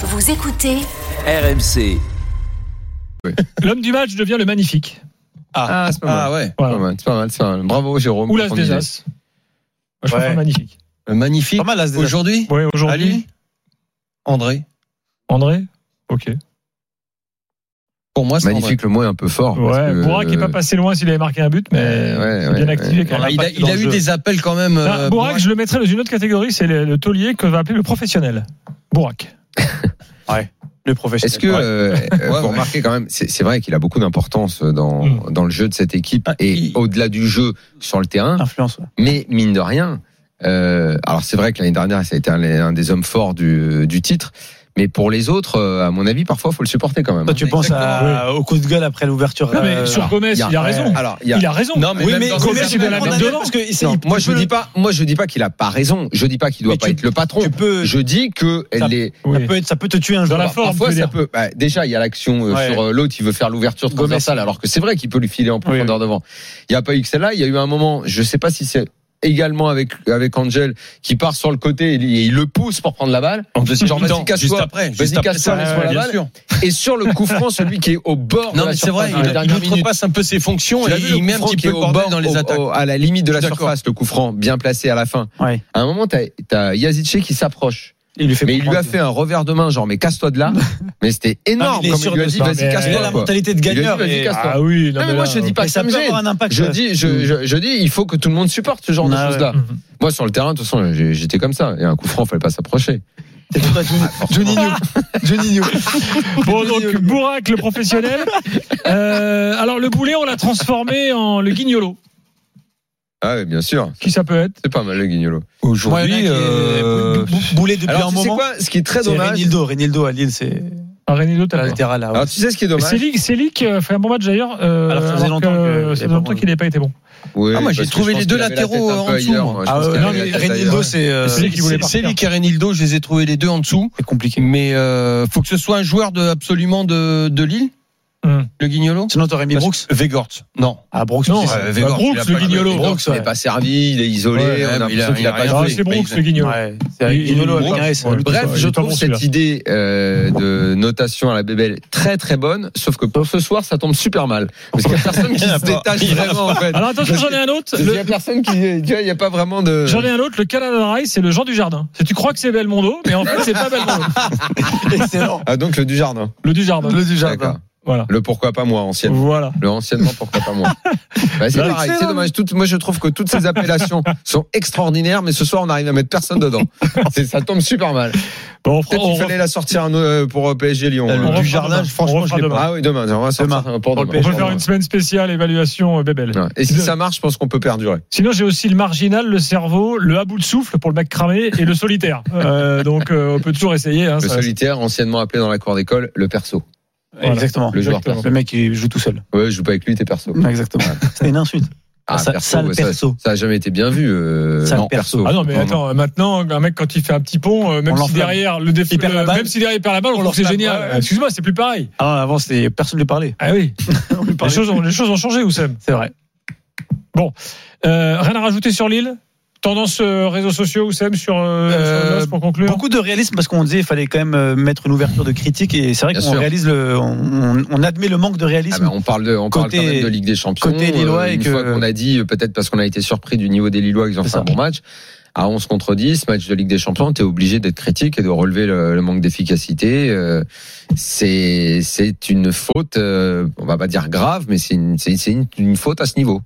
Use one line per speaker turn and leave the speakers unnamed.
Vous écoutez
RMC.
L'homme du match devient le magnifique.
Ah,
c'est pas mal.
ah ouais,
Voilà.
pas mal, c'est pas mal, c'est pas mal. Bravo Jérôme.
Ou l'as
On
des
disait.
as. Moi, Je préfère
Ouais.
le magnifique.
Euh, Magnifique.
Pas mal, As des As.
Aujourd'hui,
Ouais, aujourd'hui,
Ali, André.
André
Oh,
Ok.
Pour moi, c'est
Magnifique, le mot est un peu fort. parce
Ouais,
que,
Bourra qui est pas
euh,
passé loin s'il avait marqué un but, mais
Ouais,
c'est
ouais,
bien
ouais.
activé quand
André.
même.
Il a, il a eu des appels quand même.
Non,
euh,
Bourak,
Bourak.
Ah, je le mettrais dans une autre catégorie, c'est le, le taulier que va appeler le professionnel. Bourak.
Le professionnel.
Est-ce que
Ouais.
euh, euh,
Ouais,
vous
ouais.
remarquez quand même, c'est c'est vrai qu'il a beaucoup d'importance dans,
Mm.
dans le jeu de cette équipe
Ah,
et
il-
au-delà du jeu sur le terrain,
Influence.
mais mine de rien, euh, alors c'est vrai que l'année dernière, ça a été un, un des hommes forts du, du titre, mais pour les autres, euh, à mon avis, parfois, faut le supporter quand même.
Toi, tu penses à- au coup de gueule après l'ouverture.
Non, mais
euh,
sur
alors.
Gomez,
il y a-
il a raison.
Hein. Alors, il y a-
Il a raison.
Non, mais
Oui,
même
mais
dans
Gomez,
Gomez,
ses
il doit
appels,
la
prendre
mettre
la
dedans.
gueule parce que il-
Non,
il-
moi
tu
je
peux
dis
le-
pas, moi je dis pas qu'il a pas raison. Je dis pas qu'il doit
Mais
pas
tu-
être le patron.
tu peux-
Je dis que
Ça-
les.
Oui.
Ça peut, être- ça peut te tuer un
Dans
jour.
la forme,
Parfois,
tu veux
ça
dire.
peut. bah, déjà, il y a l'action euh,
Ouais.
sur euh, l'autre, il veut faire l'ouverture
Gomez.
transversale, alors que c'est vrai qu'il peut lui filer en profondeur devant. Il n'y a pas eu que celle-là. Il y a eu un moment, je sais pas si c'est également avec avec Angel qui part sur le côté et il le pousse pour prendre la balle.
En deuxième
Genre, vas-y,
mi-temps,
casse-toi.
juste après.
Vas-y,
Juste après,
casse-toi,
ça,
laisse-moi la
ouais, bien
balle.
sûr.
Et sur le coup franc, celui qui est au bord. de
Non,
la
mais c'est
surface
vrai,
dans les
il
dernières
ne
minutes.
pas un peu ses fonctions
Tu l'as
et
vu, le
il met un
coup franc
petit
qui
peu
est
le
au
bordel
bord,
dans les
au-
attaques.
au- à la limite de la
Je suis d'accord.
surface, le coup franc, bien placé à la fin.
Ouais.
À un moment, t'as as Yazice qui s'approche.
Il lui fait
Mais il lui a
comprendre.
fait un revers de main, genre, mais casse-toi de là. mais c'était
Non,
énorme.
mais il est
comme
sûr
il lui a
de
dit,
ça.
vas-y,
Mais
Il a
casse-toi.
la
quoi.
mentalité de
Il a dit,
gagneur.
vas-y,
mais-
hein.
casse-toi.
Ah oui, non,
Non, mais
mais
moi,
là,
je dis pas
Mais
que
ça
ça me
peut
gêne.
avoir un impact.
Ah, Je
ouais.
dis, je, je, je dis, il faut que tout le monde supporte ce genre de
Ah ouais.
choses-là.
Mhm.
Moi, sur le terrain, de toute façon, j'ai- j'étais comme ça. Et un coup franc, fallait pas s'approcher.
C'est pour toi, Johnny.
Johnny New. Johnny New.
Bon, donc Bourak, le professionnel. Euh, alors, le boulet, on l'a transformé en le guignolo.
Ah oui, bien sûr.
Qui ça peut être
C'est pas mal, le guignolo.
Moi, il
Aujourd'hui,
y en a qui
euh,
est bou- bou- boulé depuis
Alors,
un
tu sais
moment.
quoi? Ce qui est très
C'est
dommage.
Renildo, Renildo à Lille, c'est
Un René t'as
la
la
latérale là. ouais.
Alors, tu sais ce qui est dommage?
Célic, Célic euh, fait un bon match d'ailleurs. euh,
Alors, ça faisait longtemps
que-
que-
ça faisait longtemps qu'il n'avait pas été bon.
Oui,
Ah, moi, j'ai
parce que
trouvé
je pense
les deux
qu'il avait la tête
latéraux,
un peu
en dessous,
ailleurs,
moi.
moi. Je
Ah
pense
ouais,
qu'il
non,
avait
mais
la tête ailleurs.
Renildo, c'est euh,
C'est lui qui voulait
C'est
partir.
lui qui Renildo, je les ai trouvés les deux en dessous.
c'est compliqué.
Mais euh, faut que ce soit un joueur de absolument de, de Lille,
Hum.
le Guignolo.
Sinon, t'aurais mis
Parce-
Brooks.
Vegort, non.
Ah, Brooks,
Non,
tu sais,
euh,
c'est-
Vegort, Brooks,
il a
le
pas-
Guignolo.
Brooks,
Il
ouais.
est pas servi, il est isolé.
Ouais,
on a
il a-
l'impression qu'il a
il a
pas
rien
Ah,
joué.
fait.
c'est Brooks,
Brooks.
le guignolo.
Ouais, c'est avec
Et-
Guignolo avec
Brooks,
un S.
ouais.
le
Bref,
petit-
Bref,
Ouais,
je
il est pas
trouve
bon,
cette
celui-là.
idée euh, de notation à la bébelle très très bonne, sauf que pour ce soir, ça tombe super mal. Parce qu'il n'y a personne qui se détache vraiment en fait.
Alors, attention, j'en ai un autre.
Il
Le-
n'y a personne qui. Tu vois, il n'y a pas vraiment de.
J'en
euh,
ai un autre, le Canada Rail, c'est le Jean du Jardin. Tu crois que c'est Belmondo, mais en fait, c'est pas Belmondo.
Excellent.
Ah, donc le Dujardin.
Le du Jardin.
Le du
D'accord.
jardin.
Voilà.
Le pourquoi pas moi, ancienne.
Voilà.
Le anciennement, pourquoi pas moi. Bah, c'est
Là,
pareil,
excellent.
c'est dommage. Toutes- moi, je trouve que toutes ces appellations sont extraordinaires, mais ce soir, on arrive à mettre personne dedans. C'est- ça tombe super mal.
Bon, on prend-
Peut-être
on
qu'il fallait la sortir un, euh, pour euh, PSG Lyon.
Le
alors.
refera
Dujardin,
demain.
franchement,
On refera
je l'ai
demain.
Ah oui, demain, on va sortir un pour
Pour le
demain.
On peut
PSG,
faire une semaine spéciale évaluation euh, Bébel.
Ouais. Et si ça marche, je pense qu'on peut perdurer.
Sinon, j'ai aussi le marginal, le cerveau, le à bout de souffle pour le mec cramé et le solitaire. Euh, donc, euh, on peut toujours essayer. Hein,
Le
ça-
solitaire, anciennement appelé dans la cour d'école, le perso.
Voilà.
Exactement.
Le joueur
Le mec, il joue tout seul.
Ouais, je joue pas avec lui, t'es perso.
Exactement. C'était une insulte.
Ah,
Ça-
perso,
sale
ouais, ça-
perso.
Ça a jamais été bien vu. euh,
Sale
non,
perso.
Ah non, mais attends, maintenant, un mec, quand il fait un petit pont, euh, même,
On
si
l'enflamme.
derrière, le déf...
Il perd la
euh,
balle.
même si derrière il perd la balle, on
On
trouve que c'est
l'enflamme.
génial.
Ouais.
Excuse-moi, c'est plus pareil.
Ah, avant, c'était personne ne lui parlait.
Ah oui,
On lui
les
parlait
choses, ont, les choses ont changé, Oussem.
plus. C'est vrai.
Euh, rien à rajouter sur Lille Tendance euh, réseaux sociaux, Oussem, sur, euh,
Euh,
sur le LOS pour conclure
Beaucoup de réalisme parce qu'on disait il fallait quand même euh, mettre une ouverture de critique et c'est vrai
Bien
qu'on
sûr.
réalise le, on, on- on admet le manque de
Ah
réalisme.
ben, on parle de, on
Côté-
parle quand même de Ligue des Champions.
côté Lillois et
une
que-
fois qu'on a dit, euh, peut-être parce qu'on a été surpris du niveau des Lillois, qu'ils ont
C'est
fait un
ça.
bon match. À 11 contre 10, match de Ligue des Champions, t'es obligé d'être critique et de relever le, le manque d'efficacité. Euh, c'est, c'est une faute, euh, on va pas dire grave, mais c'est une, c'est, c'est une, une faute à ce niveau.